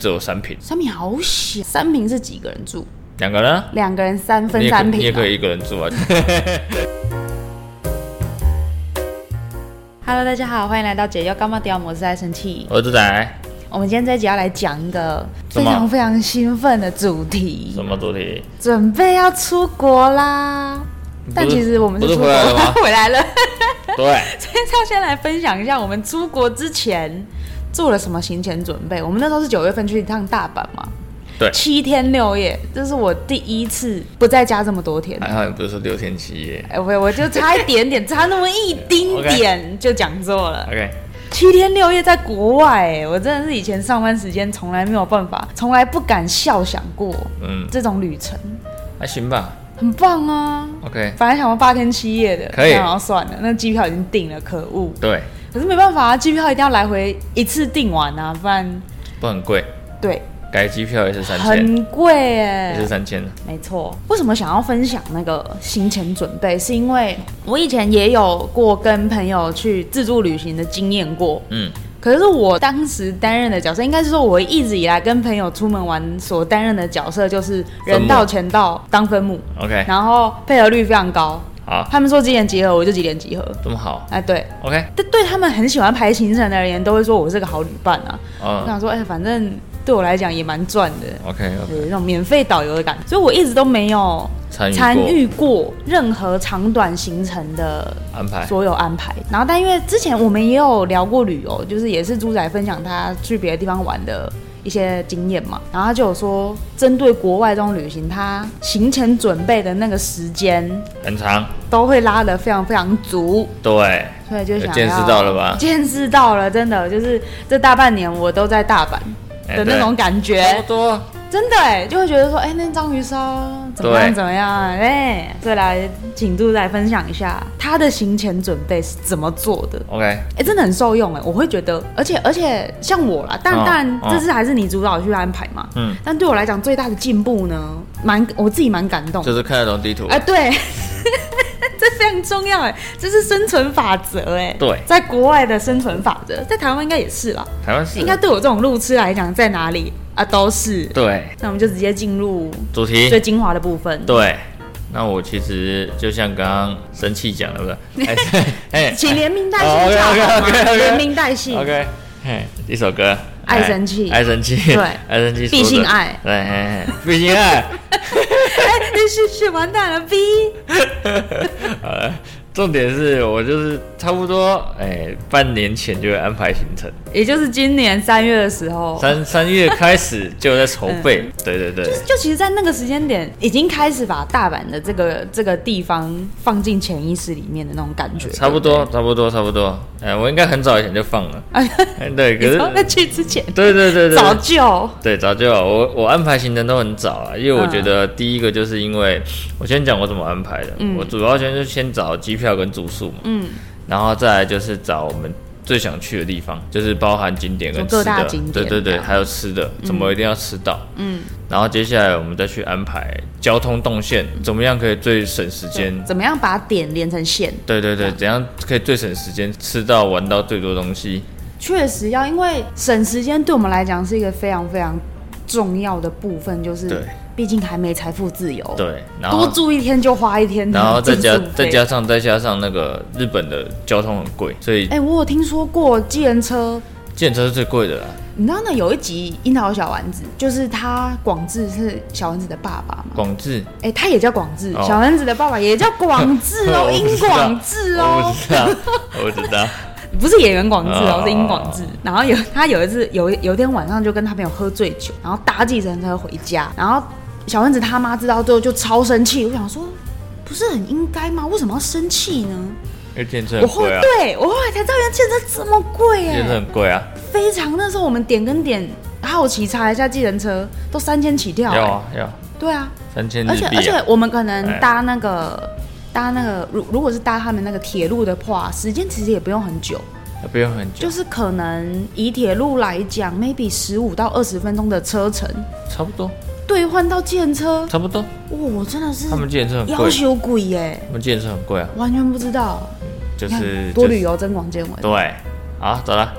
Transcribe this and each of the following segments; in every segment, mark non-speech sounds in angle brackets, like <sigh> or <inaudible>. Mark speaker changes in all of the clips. Speaker 1: 只有三平，
Speaker 2: 三平好小，三平是几个人住？
Speaker 1: 两个人，
Speaker 2: 两个人三
Speaker 1: 你
Speaker 2: 分
Speaker 1: 也可
Speaker 2: 三平、
Speaker 1: 你也可以一个人住啊。
Speaker 2: Hello，大家好，欢迎来到解忧干嘛屌，我是爱生气。
Speaker 1: 我是仔，
Speaker 2: 我们今天这一集要来讲一个
Speaker 1: 什
Speaker 2: 非
Speaker 1: 么
Speaker 2: 常非常兴奋的主题
Speaker 1: 什，么主题？
Speaker 2: 准备要出国啦。但
Speaker 1: 不是
Speaker 2: 其实我们
Speaker 1: 不是
Speaker 2: 出国
Speaker 1: 回来了吗
Speaker 2: <laughs> 回来了。
Speaker 1: 对，
Speaker 2: 今天要先来分享一下我们出国之前做了什么行前准备。我们那时候是九月份去一趟大阪嘛，
Speaker 1: 对
Speaker 2: 七天六夜，这是我第一次不在家这么多天。
Speaker 1: 还好你不是说六天七夜。
Speaker 2: 哎、我我就差一点点，差那么一
Speaker 1: <laughs>
Speaker 2: 丁点就讲座了。
Speaker 1: OK，
Speaker 2: 七天六夜在国外、哎，我真的是以前上班时间从来没有办法，从来不敢笑想过
Speaker 1: 嗯，
Speaker 2: 这种旅程，
Speaker 1: 还行吧。
Speaker 2: 很棒啊！
Speaker 1: OK，
Speaker 2: 本来想要八天七夜的，
Speaker 1: 可以
Speaker 2: 然后算了，那机票已经订了，可恶。
Speaker 1: 对，
Speaker 2: 可是没办法啊，机票一定要来回一次订完啊，不然
Speaker 1: 不很贵，
Speaker 2: 对
Speaker 1: 改机票也是三千，
Speaker 2: 很贵哎、
Speaker 1: 也是三千的。
Speaker 2: 没错，为什么想要分享那个行前准备？是因为我以前也有过跟朋友去自助旅行的经验过，
Speaker 1: 嗯，
Speaker 2: 可是我当时担任的角色，应该是说我一直以来跟朋友出门玩所担任的角色就是
Speaker 1: 分
Speaker 2: 人
Speaker 1: 母
Speaker 2: 到钱到当分母，
Speaker 1: OK，
Speaker 2: 然后配合率非常高。
Speaker 1: 好，
Speaker 2: 他们说几点集合，我就几点集合。
Speaker 1: 这么好。
Speaker 2: 哎，对，
Speaker 1: OK，
Speaker 2: 但对他们很喜欢排行程的而言，都会说我是个好旅伴啊。我
Speaker 1: 嗯
Speaker 2: 想说，哎、反正对我来讲也蛮赚的，
Speaker 1: ，OK，
Speaker 2: 有一种免费导游的感觉，所以我一直都没有
Speaker 1: 参与
Speaker 2: 参
Speaker 1: 过
Speaker 2: 与过任何长短行程的
Speaker 1: 安排。
Speaker 2: 所有安排。然后，但因为之前我们也有聊过旅游，就是也是猪仔分享他去别的地方玩的。一些经验嘛，然后他就有说，针对国外这种旅行，他行前准备的那个时间
Speaker 1: 很长，
Speaker 2: 都会拉得非常非常足，
Speaker 1: 对，
Speaker 2: 所以就
Speaker 1: 有
Speaker 2: 想要
Speaker 1: 见识到了吧？
Speaker 2: 见识到了，真的就是这大半年我都在大阪
Speaker 1: 哎
Speaker 2: 的那种感觉，
Speaker 1: 对差不多。
Speaker 2: 真的哎、就会觉得说，哎、那章鱼烧怎么
Speaker 1: 对
Speaker 2: 样怎么样哎、所以来请杜仔分享一下他的行前准备是怎么做的。
Speaker 1: OK，
Speaker 2: 哎、真的很受用哎、我会觉得，而且而且像我啦，但
Speaker 1: 嗯
Speaker 2: 当然
Speaker 1: 嗯
Speaker 2: 这次还是你主导去安排嘛，
Speaker 1: 嗯
Speaker 2: 但对我来讲最大的进步呢，蛮我自己蛮感动的，
Speaker 1: 就是看得懂地图
Speaker 2: 哎、。对， <laughs> 这非常重要哎，这是生存法则哎。
Speaker 1: 对
Speaker 2: 在国外的生存法则，在台湾应该也是啦。
Speaker 1: 台湾是
Speaker 2: 应该对我这种路痴来讲，在哪里啊都是。
Speaker 1: 对
Speaker 2: 那我们就直接进入
Speaker 1: 主题
Speaker 2: 最精华的部分。
Speaker 1: 对，那我其实就像刚刚生气讲的，
Speaker 2: <laughs>
Speaker 1: 不是？哎哎
Speaker 2: 请连名带
Speaker 1: 哦
Speaker 2: 姓叫好吗？
Speaker 1: ，OK，OK，OK，OK
Speaker 2: 连名带姓。
Speaker 1: OK，嘿，一首歌，
Speaker 2: 爱
Speaker 1: 哎
Speaker 2: 生气
Speaker 1: 爱生气，
Speaker 2: 对
Speaker 1: <laughs> 爱生气说的，
Speaker 2: 必性爱
Speaker 1: 对，哎，哎必性爱， <laughs>
Speaker 2: 哎，是是完蛋了，B。
Speaker 1: 好了。重点是我就是差不多哎、半年前就会安排行程，
Speaker 2: 也就是今年三月的时候，
Speaker 1: 三三月开始就在筹
Speaker 2: <laughs>
Speaker 1: 备，
Speaker 2: 嗯
Speaker 1: 对对对，
Speaker 2: 就其实，在那个时间点，已经开始把大阪的这个这个地方放进潜意识里面的那种感觉。
Speaker 1: 差不多差不多差不多，哎、我应该很早以前就放了，
Speaker 2: 啊，
Speaker 1: 哎对，可
Speaker 2: 你
Speaker 1: 是
Speaker 2: 说在去之前，
Speaker 1: 对对对对，
Speaker 2: 早就
Speaker 1: 对，早就有我我安排行程都很早啊，因为我
Speaker 2: 嗯
Speaker 1: 觉得第一个就是因为、我先讲我怎么安排的，我主要先是先找机票跟住宿嘛，
Speaker 2: 嗯，
Speaker 1: 然后再来就是找我们最想去的地方，就是包含景点跟
Speaker 2: 就各
Speaker 1: 吃
Speaker 2: 大
Speaker 1: 的，
Speaker 2: 景点
Speaker 1: 对对
Speaker 2: 这
Speaker 1: 对，
Speaker 2: 样
Speaker 1: 还有吃的，怎么一定要吃到，
Speaker 2: 嗯，
Speaker 1: 然后接下来我们再去安排交通动线，
Speaker 2: 嗯
Speaker 1: 怎么样可以最省时间。
Speaker 2: 怎么样把点连成线？
Speaker 1: 对对对，怎样可以最省时间，吃到玩到最多东西？
Speaker 2: 确实要，因为省时间对我们来讲是一个非常非常重要的部分，就是
Speaker 1: 对
Speaker 2: 毕竟还没财富自由，
Speaker 1: 对，然后
Speaker 2: 多住一天就花一天的
Speaker 1: <laughs> 然后再
Speaker 2: 住宿费，
Speaker 1: 加再加上再加上那个日本的交通很贵，所以
Speaker 2: 哎、我有听说过计程车，
Speaker 1: 建车是最贵的啦，
Speaker 2: 你知道呢？有一集《樱桃小丸子》，就是他广志是小丸子的爸爸嘛？
Speaker 1: 广智。
Speaker 2: 哎、他也叫广志，
Speaker 1: 哦
Speaker 2: 小丸子的爸爸也叫广志哦，
Speaker 1: <laughs> 我不
Speaker 2: 樱
Speaker 1: 知道
Speaker 2: 广志
Speaker 1: 我不
Speaker 2: 哦，
Speaker 1: 知道， <laughs> 我不知道。
Speaker 2: 不是演员广志哦
Speaker 1: 哦，
Speaker 2: 是樱广志。然后有他有一次有有一天晚上就跟他朋友喝醉酒，然后搭计程车回家，然后小丸子他妈知道之后就超生气，我想说。不是很应该吗？为什么要生气呢？
Speaker 1: 因为建车
Speaker 2: 我
Speaker 1: 很
Speaker 2: 后
Speaker 1: 贵啊，
Speaker 2: 对我后来才知道，原来健身这么贵耶、
Speaker 1: 建车很贵啊，
Speaker 2: 非常。那时候我们点跟点，好奇查一下计程车，都三千起跳、
Speaker 1: 要啊要，
Speaker 2: 对啊，
Speaker 1: 三千日
Speaker 2: 而且而
Speaker 1: 币
Speaker 2: 且
Speaker 1: 啊。
Speaker 2: 我们可能
Speaker 1: 哎
Speaker 2: 搭那个搭那个，如如果是搭他们那个铁路的话，时间其实也不用很久，
Speaker 1: 不用很久
Speaker 2: 就，是可能以铁路来讲，maybe 十五到二十分钟的车程，
Speaker 1: 差不多
Speaker 2: 兑换到计程车，哇、
Speaker 1: 差不多。
Speaker 2: 我真的是
Speaker 1: 他们建车很
Speaker 2: 要
Speaker 1: 贵，
Speaker 2: 求鬼耶，
Speaker 1: 他们建车很贵啊，
Speaker 2: 完全不知道，
Speaker 1: 就
Speaker 2: 你看
Speaker 1: 是
Speaker 2: 哎多
Speaker 1: 就是
Speaker 2: 旅游增广见闻。
Speaker 1: 对，好，走了。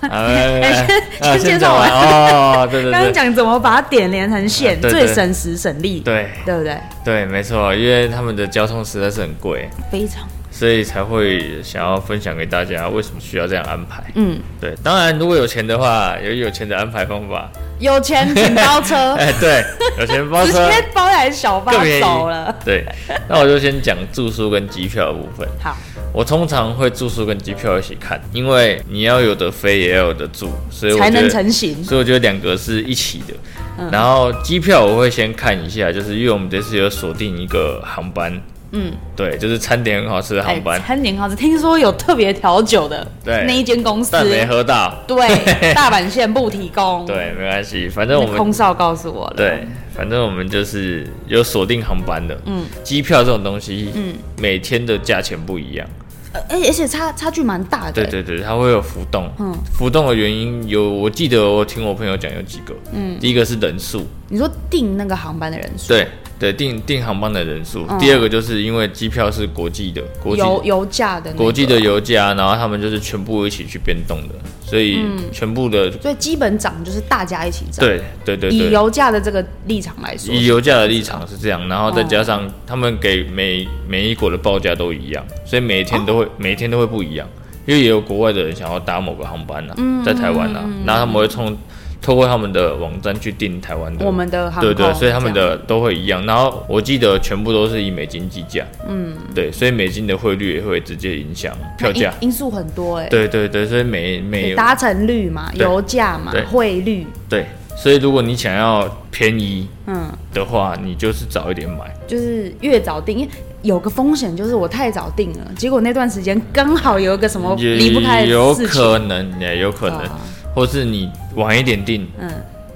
Speaker 1: 哎
Speaker 2: <laughs> 先先介绍完
Speaker 1: 哦，对对
Speaker 2: 刚刚
Speaker 1: 对，
Speaker 2: 讲怎么把它点连成线，
Speaker 1: 啊对对
Speaker 2: 最省时省力，
Speaker 1: 对
Speaker 2: 对不对？
Speaker 1: 对，没错，因为他们的交通实在是很贵，
Speaker 2: 非常，
Speaker 1: 所以才会想要分享给大家为什么需要这样安排。
Speaker 2: 嗯，
Speaker 1: 对，当然如果有钱的话，有有钱的安排方法。
Speaker 2: 有钱请包车，
Speaker 1: <laughs> 哎，对，有钱包
Speaker 2: 哦 <laughs> 直
Speaker 1: 车
Speaker 2: 接包来小巴
Speaker 1: 更便宜
Speaker 2: 走了。
Speaker 1: 对，那我就先讲住宿跟机票的部分。
Speaker 2: 好，
Speaker 1: 我通常会住宿跟机票一起看，因为你要有的飞，也要有的住，所以我
Speaker 2: 才
Speaker 1: 觉
Speaker 2: 能
Speaker 1: 得，
Speaker 2: 成型。
Speaker 1: 所以我觉得两个是一起的。
Speaker 2: 嗯
Speaker 1: 然后机票我会先看一下，就是因为我们这次有锁定一个航班，
Speaker 2: 嗯，哎
Speaker 1: 对，就是餐点很好吃的航班，
Speaker 2: 餐点好吃，听说有特别调酒的，
Speaker 1: 对
Speaker 2: 那一间公司，
Speaker 1: 但没喝到， <laughs>
Speaker 2: 对，大阪县不提供。，
Speaker 1: 对，没关系，反正
Speaker 2: 嗯那
Speaker 1: 我
Speaker 2: 空
Speaker 1: 们
Speaker 2: 少告诉我了。
Speaker 1: 对，反正我们就是有锁定航班的。
Speaker 2: 嗯，
Speaker 1: 机票这种东西，
Speaker 2: 嗯，
Speaker 1: 每天的价钱不一样。
Speaker 2: 呃，而且而且差差距蛮大的。欸
Speaker 1: 对，对对，它会有浮动。
Speaker 2: 嗯
Speaker 1: 浮动的原因有，我记得我听我朋友讲有几个。嗯，第一个是人数，
Speaker 2: 你说订那个航班的人数，
Speaker 1: 对对，订订航班的人数。
Speaker 2: 嗯
Speaker 1: 第二个就是因为机票是国际的，国际
Speaker 2: 油油价的那个
Speaker 1: 国际的，油价，然后他们就是全部一起去变动的，所以
Speaker 2: 嗯
Speaker 1: 全部的、
Speaker 2: 所以基本涨就是大家一起涨。，
Speaker 1: 对对对
Speaker 2: 以
Speaker 1: 对。
Speaker 2: 油价的这个立场来说，
Speaker 1: 以油价的立场是这样，然后再加
Speaker 2: 哦
Speaker 1: 上他们给每每一国的报价都一样，所以每天都会、
Speaker 2: 哦
Speaker 1: 每天都会不一样，因为也有国外的人想要搭某个航班啊，
Speaker 2: 嗯
Speaker 1: 在台湾啊，然后他们会从透过他们的网站去订台湾的
Speaker 2: 我们的航
Speaker 1: 对
Speaker 2: 空
Speaker 1: 对，所以他们
Speaker 2: 这样
Speaker 1: 的都会一样。然后我记得全部都是以美金计价，嗯，对，所以美金的汇率也会直接影响票价。
Speaker 2: 因因素很多哎，
Speaker 1: 对对对，所以每每
Speaker 2: 搭乘率嘛，
Speaker 1: 对
Speaker 2: 油价嘛
Speaker 1: 对，
Speaker 2: 汇率，
Speaker 1: 对，所以如果你想要便宜
Speaker 2: 嗯，
Speaker 1: 的话，你就是早一点买。
Speaker 2: 就是越早订，因为有个风险就是我太早订了，结果那段时间刚好有一个什么
Speaker 1: 也
Speaker 2: 离不开
Speaker 1: 有
Speaker 2: 的事情，
Speaker 1: 可能，也有可能，
Speaker 2: 啊
Speaker 1: 或是你晚一点订，
Speaker 2: 嗯，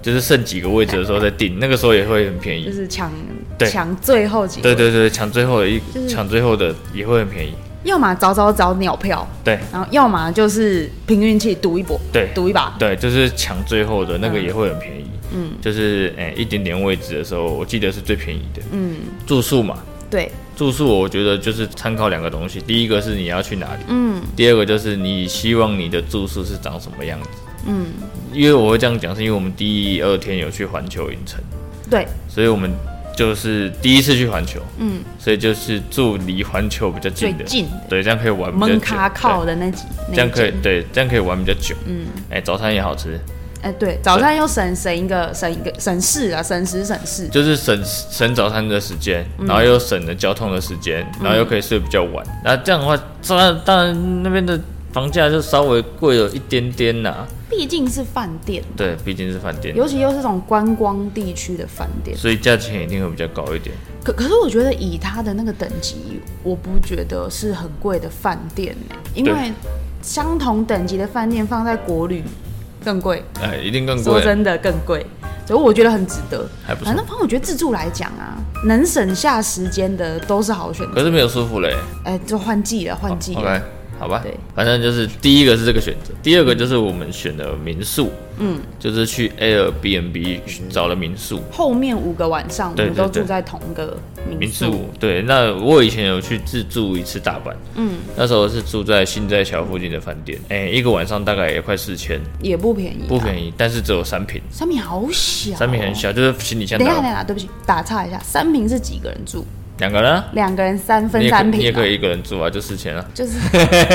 Speaker 1: 就是剩几个位置的时候再订，那个时候也会很便
Speaker 2: 就
Speaker 1: 宜。
Speaker 2: 是抢
Speaker 1: 对
Speaker 2: 抢最后几
Speaker 1: 对
Speaker 2: 个，
Speaker 1: 对对，抢最后的一
Speaker 2: 就是
Speaker 1: 抢最后的也会很便宜。
Speaker 2: 要么早早找鸟票，
Speaker 1: 对
Speaker 2: 然后要么就是凭运气赌一搏，
Speaker 1: 对
Speaker 2: 赌一把，
Speaker 1: 对，就是抢最后的那个
Speaker 2: 嗯
Speaker 1: 也会很便宜。
Speaker 2: 嗯，
Speaker 1: 就是诶、一点点位置的时候，我记得是最便宜的。
Speaker 2: 嗯，
Speaker 1: 住宿嘛，
Speaker 2: 对，
Speaker 1: 住宿我觉得就是参考两个东西，第一个是你要去哪里，
Speaker 2: 嗯
Speaker 1: 第二个就是你希望你的住宿是长什么样子。
Speaker 2: 嗯，
Speaker 1: 因为我会这样讲，是因为我们第二天有去环球影城，
Speaker 2: 对，
Speaker 1: 所以我们就是第一次去环球，
Speaker 2: 嗯，
Speaker 1: 所以就是住离环球比较近的，
Speaker 2: 最近的
Speaker 1: 对，这样可以玩比较久
Speaker 2: 蒙卡靠的那几，
Speaker 1: 对这样可以
Speaker 2: 那一间，
Speaker 1: 对，这样可以玩比较久。嗯，哎、早餐也好吃，
Speaker 2: 哎、对，早上又省省一个省一个省事啊，省时省事，
Speaker 1: 就是省省早餐的时间，
Speaker 2: 嗯
Speaker 1: 然后又省了交通的时间，然后又可以睡比较晚。那、这样的话，当然当然那边的房价就稍微贵了一点点啦、
Speaker 2: 毕竟是饭店，
Speaker 1: 对，毕竟是饭店，
Speaker 2: 尤其又是这种观光地区的饭店。
Speaker 1: 所以价钱一定会比较高一点。
Speaker 2: 可可是我觉得以它的那个等级，我不觉得是很贵的饭店、欸、因
Speaker 1: 对
Speaker 2: 为相同等级的饭店放在国旅更贵，
Speaker 1: 哎，一定更
Speaker 2: 嗯说
Speaker 1: 贵，
Speaker 2: 真的更贵，所以我觉得很值得。
Speaker 1: 还不错
Speaker 2: 反。正反正我觉得自助来讲啊，能省下时间的都是好选择。
Speaker 1: 可是没有舒服嘞、哦
Speaker 2: 哎、就换季了，换季了。
Speaker 1: OK，好吧。
Speaker 2: 对，
Speaker 1: 反正就是第一个是这个选择，第二个就是我们选的民宿，嗯，就是去 Airbnb
Speaker 2: 嗯
Speaker 1: 找了民宿。
Speaker 2: 后面五个晚上，我
Speaker 1: 对
Speaker 2: 们都
Speaker 1: 对对
Speaker 2: 住在同一个
Speaker 1: 民
Speaker 2: 民宿。
Speaker 1: 宿对，那我以前有去自助一次大阪，
Speaker 2: 嗯，
Speaker 1: 那时候是住在新斋桥附近的饭店，哎、一个晚上大概也快四千，
Speaker 2: 也不便宜、
Speaker 1: 不
Speaker 2: 宜。
Speaker 1: 便宜，但是只有三平，
Speaker 2: 三平好小、啊
Speaker 1: 三平很。小，啊就是行李箱
Speaker 2: 哦等一下，等
Speaker 1: 大，
Speaker 2: 一下，对不起，打岔一下，三平是几个人住？
Speaker 1: 两个人啊，
Speaker 2: 两个人三
Speaker 1: 你
Speaker 2: 分
Speaker 1: 也可
Speaker 2: 三平、
Speaker 1: 你也可以一个人住啊，就四千啊， <laughs>
Speaker 2: 就是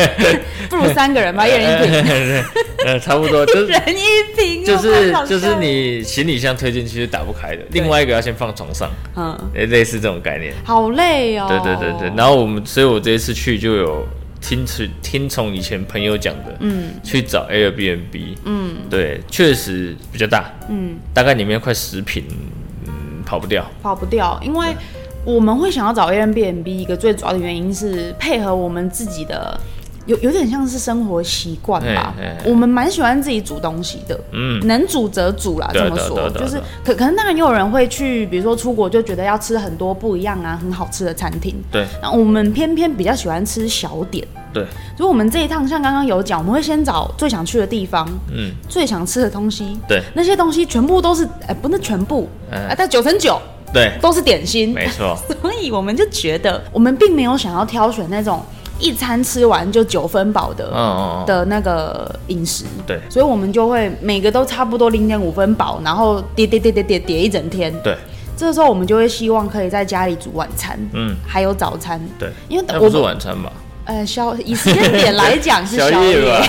Speaker 2: <laughs> 不如三个人吧，一人一瓶，
Speaker 1: 呃，差不多，就是
Speaker 2: <laughs> 人一瓶，
Speaker 1: 哎
Speaker 2: 哦
Speaker 1: 就是
Speaker 2: 好笑
Speaker 1: 就是，你行李箱推进去是打不开的，另外一个要先放床上，哎
Speaker 2: 嗯，
Speaker 1: 类类似这种概念。
Speaker 2: 好累哦。
Speaker 1: 对对对对，然后我们，所以我这一次去就有听从听从以前朋友讲的，嗯，去找 Airbnb，嗯，对，确实比较大，嗯，大概里面快十平，嗯，跑不掉，
Speaker 2: 跑不掉，因为我们会想要找 Airbnb 一个最主要的原因是配合我们自己的。有有点像是生活习惯吧
Speaker 1: 嘿嘿，
Speaker 2: 我们蛮喜欢自己煮东西的，
Speaker 1: 嗯，
Speaker 2: 能煮则煮啦，
Speaker 1: 对
Speaker 2: 这
Speaker 1: 啊
Speaker 2: 么
Speaker 1: 对
Speaker 2: 说
Speaker 1: 啊对啊对啊
Speaker 2: 就是可可能当然也有人会去，比如说出国就觉得要吃很多不一样啊很好吃的餐厅，
Speaker 1: 对
Speaker 2: 那我们偏偏比较喜欢吃小点，
Speaker 1: 对，
Speaker 2: 所以我们这一趟像刚刚有讲，我们会先找最想去的地方，
Speaker 1: 嗯，
Speaker 2: 最想吃的东西，
Speaker 1: 对
Speaker 2: 那些东西全部都是，哎、不是全部，哎、
Speaker 1: 嗯
Speaker 2: 但九成九
Speaker 1: 对，
Speaker 2: 都是点心， <laughs>
Speaker 1: 没错，
Speaker 2: 所以我们就觉得我们并没有想要挑选那种一餐吃完就九分饱的、
Speaker 1: 嗯嗯嗯，
Speaker 2: 的那个饮食，
Speaker 1: 对
Speaker 2: 所以我们就会每个都差不多零点五分饱，然后叠叠叠叠叠叠一整天。
Speaker 1: 对，
Speaker 2: 这时候我们就会希望可以在家里煮晚餐，
Speaker 1: 嗯
Speaker 2: 还有早餐，
Speaker 1: 对，
Speaker 2: 因为
Speaker 1: 那
Speaker 2: 我
Speaker 1: 不是晚餐吧？
Speaker 2: 呃宵以时间点来讲是
Speaker 1: 宵
Speaker 2: 宵
Speaker 1: 夜
Speaker 2: 夜，
Speaker 1: 吧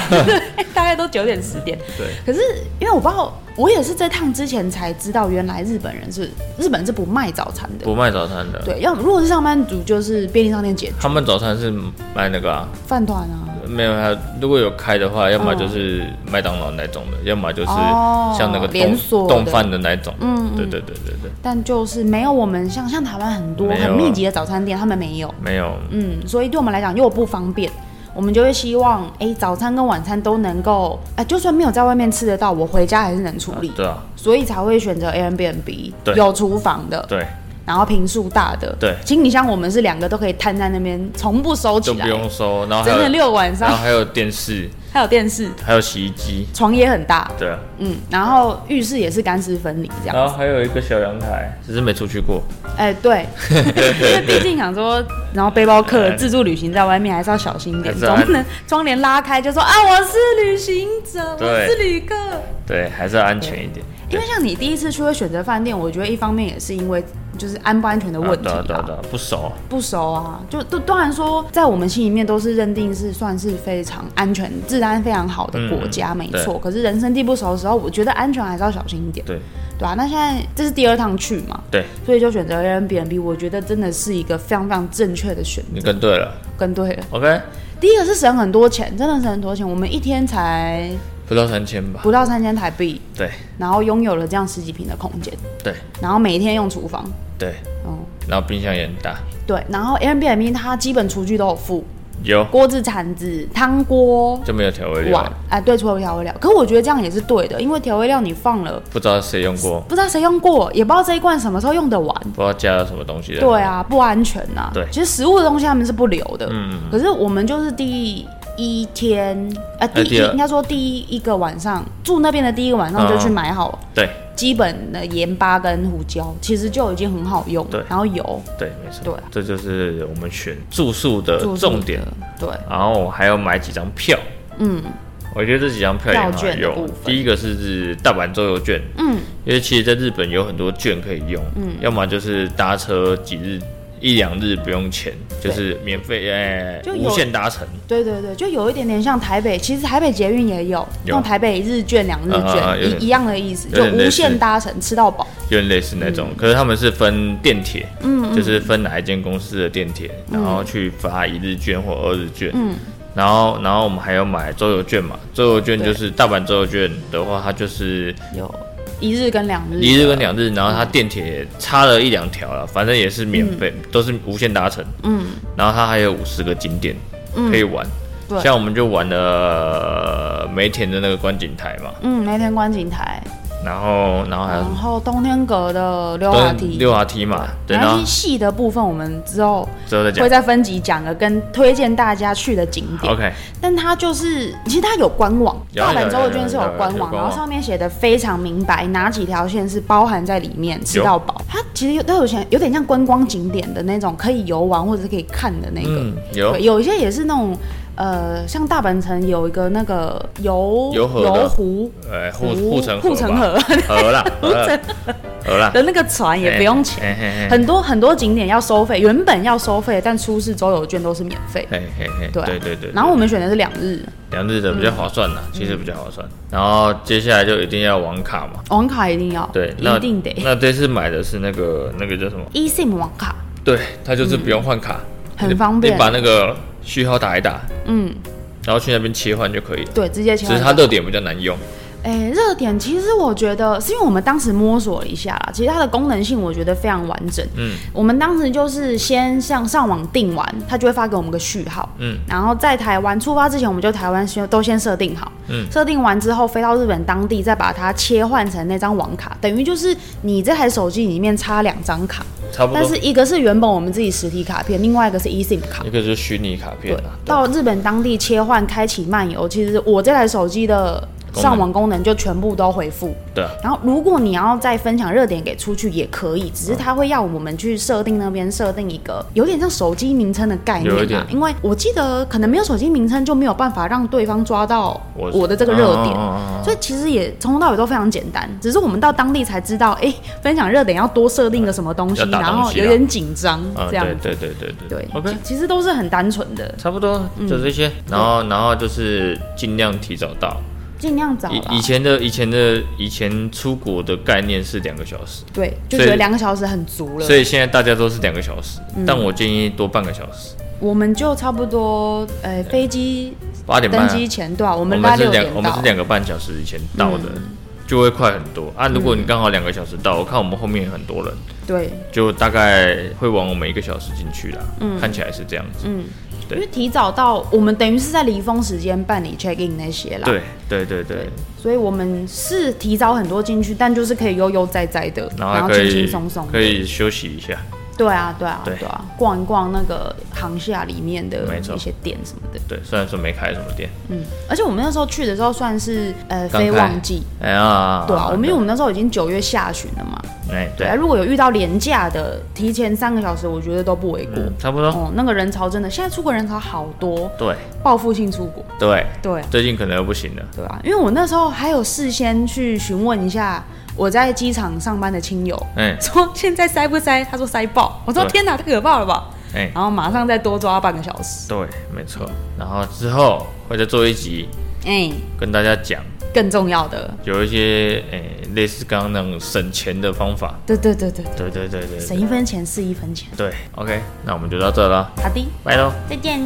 Speaker 2: 大概都九点十点。
Speaker 1: 对，
Speaker 2: 可是因为我不知道，我也是这趟之前才知道，原来日本人是日本是不卖早餐的。
Speaker 1: 不卖早餐的，
Speaker 2: 对，要如果是上班族，就是便利商店解
Speaker 1: 他们早餐是卖那个啊，
Speaker 2: 饭团啊，
Speaker 1: 没有他如果有开的话，要么就是麦当劳那种的，要么就是
Speaker 2: 嗯哦
Speaker 1: 像那个
Speaker 2: 连锁
Speaker 1: 冻
Speaker 2: 的
Speaker 1: 冻饭的那种的，
Speaker 2: 嗯嗯
Speaker 1: 对对对对对，
Speaker 2: 但就是没有我们像像台湾很多
Speaker 1: 没有啊
Speaker 2: 很密集的早餐店，他们没有。
Speaker 1: 没有，
Speaker 2: 嗯，所以对我们来讲又不方便，我们就会希望，哎、早餐跟晚餐都能够，哎、就算没有在外面吃得到，我回家还是能处理，
Speaker 1: 对啊，
Speaker 2: 所以才会选择 Airbnb，
Speaker 1: 对
Speaker 2: 有厨房的，
Speaker 1: 对，
Speaker 2: 然后平数大的，
Speaker 1: 对
Speaker 2: 行李箱我们是两个都可以摊在那边，从不收起
Speaker 1: 就
Speaker 2: 来，
Speaker 1: 不用收，然后还
Speaker 2: 整整
Speaker 1: 有
Speaker 2: 六晚
Speaker 1: 然后
Speaker 2: 上，
Speaker 1: 还有电视，
Speaker 2: 还有电视，
Speaker 1: 还有洗衣机，
Speaker 2: 床也很大，
Speaker 1: 对啊，
Speaker 2: 嗯，然后浴室也是干湿分离这样，
Speaker 1: 然后还有一个小阳台，只是没出去过，
Speaker 2: 哎、
Speaker 1: <laughs>
Speaker 2: 对，因为毕竟想说，然后背包客自助旅行在外面还是要小心一点
Speaker 1: 还，是要
Speaker 2: 总不能窗帘拉开就说啊我是旅行者，我
Speaker 1: 对
Speaker 2: 是旅客。
Speaker 1: 对，还是要安全一点，
Speaker 2: 因为像你第一次去会选择饭店，我觉得一方面也是因为就是安不安全的问题
Speaker 1: 啊对啊对啊
Speaker 2: 啊，
Speaker 1: 对啊，不熟，
Speaker 2: 不熟啊，就都当然说在我们心里面都是认定是算是非常安全、治安非常好的国家，
Speaker 1: 嗯
Speaker 2: 没错。可是人生地不熟的时候，我觉得安全还是要小心一点，
Speaker 1: 对
Speaker 2: 对啊，那现在这是第二趟去嘛，
Speaker 1: 对，
Speaker 2: 所以就选择 Airbnb，我觉得真的是一个非常非常正确的选
Speaker 1: 你
Speaker 2: 择，
Speaker 1: 跟对了
Speaker 2: 跟对了。
Speaker 1: ，OK，
Speaker 2: 第一个是省很多钱，真的省很多钱，我们一天才
Speaker 1: 不到三千吧，
Speaker 2: 不到三千台币，
Speaker 1: 对
Speaker 2: 然后拥有了这样十几平的空间，
Speaker 1: 对
Speaker 2: 然后每天用厨房，
Speaker 1: 对，
Speaker 2: 嗯，
Speaker 1: 然后冰箱也很大，
Speaker 2: 对，然后 Airbnb 它基本厨具都有附，
Speaker 1: 有
Speaker 2: 锅子、铲子、汤锅、
Speaker 1: 就没有调味料
Speaker 2: 碗
Speaker 1: 了，，
Speaker 2: 哎，对，除了调味料，可我觉得这样也是对的，因为调味料你放了，
Speaker 1: 不知道谁用过，
Speaker 2: 不知道谁用过，也不知道这一罐什么时候用得完，
Speaker 1: 不知道加了什么东西，
Speaker 2: 对，啊，不安全呐、
Speaker 1: 对
Speaker 2: 其实食物的东西他们是不留的。嗯。可是我们就是第一天，呃，第
Speaker 1: 呃
Speaker 2: 一
Speaker 1: 第二
Speaker 2: 应该说第一个晚上住那边的第一个晚上就去
Speaker 1: 嗯
Speaker 2: 买好
Speaker 1: 对
Speaker 2: 基本的盐巴跟胡椒，其实就已经很好用。
Speaker 1: 对
Speaker 2: 然后油，
Speaker 1: 对，没错，
Speaker 2: 对啊
Speaker 1: 这就是我们选住宿的
Speaker 2: 住宿
Speaker 1: 呃重点。
Speaker 2: 对，
Speaker 1: 然后我还要买几张票。
Speaker 2: 嗯
Speaker 1: 我觉得这几张票也很
Speaker 2: 票
Speaker 1: 好
Speaker 2: 券的部
Speaker 1: 用
Speaker 2: 分。
Speaker 1: 第一个是日大阪周游券，
Speaker 2: 嗯，
Speaker 1: 因为其实在日本有很多券可以用，嗯，要么就是搭车几日一两日不用钱，就是免费，哎、
Speaker 2: 就有
Speaker 1: 无限搭乘，
Speaker 2: 对对对，就有一点点像台北，其实台北捷运也有
Speaker 1: 有
Speaker 2: 用台北日券、两日
Speaker 1: 啊啊啊有
Speaker 2: 券
Speaker 1: 点
Speaker 2: 一一样的意思，
Speaker 1: 有
Speaker 2: 就
Speaker 1: 点类似
Speaker 2: 无限搭乘吃到饱。
Speaker 1: 有点类似那
Speaker 2: 嗯
Speaker 1: 种。可是他们是分电铁，嗯就是分哪一间公司的电铁，
Speaker 2: 嗯
Speaker 1: 然后去发一日券或二日券，嗯。然后，然后我们还要买周游券嘛？周游券
Speaker 2: 对
Speaker 1: 就是大阪周游券的话，它就是
Speaker 2: 有一日跟两日的，
Speaker 1: 一日跟两日，然后它电铁也插了一两条了，反正也是免
Speaker 2: 嗯
Speaker 1: 费，都是无限搭乘。嗯，然后它还有五十个景点可以玩，
Speaker 2: 嗯对
Speaker 1: 像我们就玩了呃梅田的那个观景台嘛，
Speaker 2: 嗯，那天观景台，
Speaker 1: 然后然后还有
Speaker 2: 然
Speaker 1: 什么
Speaker 2: 后冬天阁的溜哦滑
Speaker 1: 哎对
Speaker 2: 梯，哎
Speaker 1: 溜滑梯嘛，对，
Speaker 2: 然
Speaker 1: 然
Speaker 2: 后
Speaker 1: 后
Speaker 2: 一些细的部分，我们之后
Speaker 1: 之后再
Speaker 2: 会
Speaker 1: 讲。
Speaker 2: 再分级讲个跟推荐大家去的景点。
Speaker 1: OK，
Speaker 2: 但它就是，其实它有官网，
Speaker 1: 有
Speaker 2: 大
Speaker 1: 有
Speaker 2: 阪
Speaker 1: 有
Speaker 2: 周游券是有
Speaker 1: 有有
Speaker 2: 官
Speaker 1: 有
Speaker 2: 网，
Speaker 1: 官
Speaker 2: 然
Speaker 1: 网
Speaker 2: 后上面写的非常明白，哪几条线是包含在里面，吃
Speaker 1: 有
Speaker 2: 到饱。它其实有都有像有点像观光景点的那种，可以游玩或者是可以看的那个。
Speaker 1: 嗯，有
Speaker 2: 对，有一些也是那种，呃，像大阪城有一个那个游
Speaker 1: 游河的
Speaker 2: 游湖
Speaker 1: 呃护
Speaker 2: 湖
Speaker 1: 护城
Speaker 2: 护城
Speaker 1: 河
Speaker 2: 河
Speaker 1: 吧河
Speaker 2: <laughs>
Speaker 1: 啦河啦河啦，
Speaker 2: 的那个船也不用钱。
Speaker 1: 嘿嘿嘿
Speaker 2: 很多很多景点要收费，原本要收费，但出示周游券都是免费。
Speaker 1: 嘿嘿嘿，
Speaker 2: 对啊
Speaker 1: 对对对。
Speaker 2: 然后我们选的是两日，
Speaker 1: 两日的比较划算啦，其实比较划算。
Speaker 2: 嗯
Speaker 1: 然后接下来就一定要网卡嘛。
Speaker 2: 网卡一定要，
Speaker 1: 对，那
Speaker 2: 一定得。
Speaker 1: 那这次买的是那个那个叫什么？
Speaker 2: eSIM 网卡，
Speaker 1: 对，它就是不用换卡，
Speaker 2: 嗯很
Speaker 1: 你
Speaker 2: 方便
Speaker 1: 你把那个序号打一打，
Speaker 2: 嗯，
Speaker 1: 然后去那边切换就可以了。
Speaker 2: 对，直接
Speaker 1: 只
Speaker 2: 切
Speaker 1: 是
Speaker 2: 换
Speaker 1: 它热点比较难用，
Speaker 2: 哎，热点其实我觉得是因为我们当时摸索了一下啦，其实它的功能性我觉得非常完整。
Speaker 1: 嗯，
Speaker 2: 我们当时就是先上上网订完，它就会发给我们个序号。
Speaker 1: 嗯，
Speaker 2: 然后在台湾出发之前，我们就台湾先都先设定好。
Speaker 1: 嗯，
Speaker 2: 设定完之后飞到日本当地，再把它切换成那张网卡，等于就是你这台手机里面插两张卡，
Speaker 1: 差不
Speaker 2: 但
Speaker 1: 多
Speaker 2: 是。一个是原本我们自己实体卡片，另外一个是 eSIM 卡
Speaker 1: 一。个就是虚拟卡片
Speaker 2: 对
Speaker 1: 啊，，对
Speaker 2: 到日本当地切换开启漫游，其实我这台手机的
Speaker 1: 功能
Speaker 2: 上网功能就全部都回复。
Speaker 1: 对啊，
Speaker 2: 然后，如果你要再分享热点给出去也可以，只是
Speaker 1: 嗯
Speaker 2: 他会要我们去设定那边设定一个有点像手机名称的概
Speaker 1: 有一
Speaker 2: 念
Speaker 1: 点
Speaker 2: 啊，因为我记得可能没有手机名称就没有办法让对方抓到
Speaker 1: 我
Speaker 2: 我的这个热点，
Speaker 1: 嗯嗯嗯嗯嗯
Speaker 2: 所以其实也从头到尾都非常简单，只是我们到当地才知道，哎，分享热点要多设定个什么东西，
Speaker 1: 要打
Speaker 2: 然
Speaker 1: 东西啊
Speaker 2: 后有点紧张、
Speaker 1: 嗯，
Speaker 2: 这样
Speaker 1: 对。对对对对
Speaker 2: 对嗯
Speaker 1: ，OK，
Speaker 2: 其其实都是很单纯的，
Speaker 1: 差不多就这些，然后然后就是尽量提早到。
Speaker 2: 尽量找
Speaker 1: 以
Speaker 2: 啦
Speaker 1: 以。前的以前的以前出国的概念是两个小时，
Speaker 2: 对，就
Speaker 1: 所以
Speaker 2: 觉得两个小时很足了
Speaker 1: 所。以现在大家都是两个小时，
Speaker 2: 嗯
Speaker 1: 但我建议多半个小时，
Speaker 2: 我们就差不多，呃，飞机
Speaker 1: 八点半、
Speaker 2: 登
Speaker 1: 啊。
Speaker 2: 机前对吧、我
Speaker 1: 我
Speaker 2: 们大概
Speaker 1: 是
Speaker 2: 六
Speaker 1: 两我
Speaker 2: 点
Speaker 1: 们是
Speaker 2: 到。嗯
Speaker 1: 两个半小时以前到的，就会快很多啊。如果你刚好两个小时到，我看我们后面有很多人，
Speaker 2: 对，
Speaker 1: 就大概会往我们一个小时进去啦。
Speaker 2: 嗯
Speaker 1: 看起来是这样子。对
Speaker 2: 因为提早到，我们等于是在离峰时间办理 check in 那些啦。，
Speaker 1: 对对对对，
Speaker 2: 所以我们是提早很多进去，但就是可以悠悠哉哉的，
Speaker 1: 然后还可
Speaker 2: 轻
Speaker 1: 以
Speaker 2: 轻松松的。
Speaker 1: 可以休息一下。
Speaker 2: 对啊，对啊，
Speaker 1: 对
Speaker 2: 对啊，逛一逛那个航厦里面的
Speaker 1: 没错
Speaker 2: 一些店什么的。
Speaker 1: 对，虽然说没开什么店，
Speaker 2: 嗯，而且我们那时候去的时候算是呃
Speaker 1: 刚
Speaker 2: 非
Speaker 1: 开
Speaker 2: 旺季，
Speaker 1: 哎呀，
Speaker 2: 对啊，我们因为我们那时候已经九月下旬了嘛。
Speaker 1: 哎
Speaker 2: 啊
Speaker 1: 对，
Speaker 2: 如果有遇到廉价的，提前三个小时，我觉得都不为过。
Speaker 1: 嗯，差不多，
Speaker 2: 哦，那个人潮真的，现在出国人潮好多，
Speaker 1: 对
Speaker 2: 报复性出国。
Speaker 1: 对，
Speaker 2: 对啊，
Speaker 1: 最近可能又不行了。
Speaker 2: 对啊，因为我那时候还有事先去询问一下我在机场上班的亲友， <laughs>
Speaker 1: 哎
Speaker 2: 说现在塞不塞？他说塞爆。我说
Speaker 1: 对
Speaker 2: 天哪，太可怕了吧！
Speaker 1: 哎，
Speaker 2: 然后马上再多抓半个小时，
Speaker 1: 对，没错。然后之后会再做一集
Speaker 2: 哎、
Speaker 1: 跟大家讲。
Speaker 2: 更重要的，
Speaker 1: 有一些诶、类似刚刚那种省钱的方法。
Speaker 2: 对对对对，
Speaker 1: 对对对对
Speaker 2: 省一分钱是一分钱。
Speaker 1: 对，OK，那我们就到这了，
Speaker 2: 好的，
Speaker 1: 拜喽。
Speaker 2: 再见。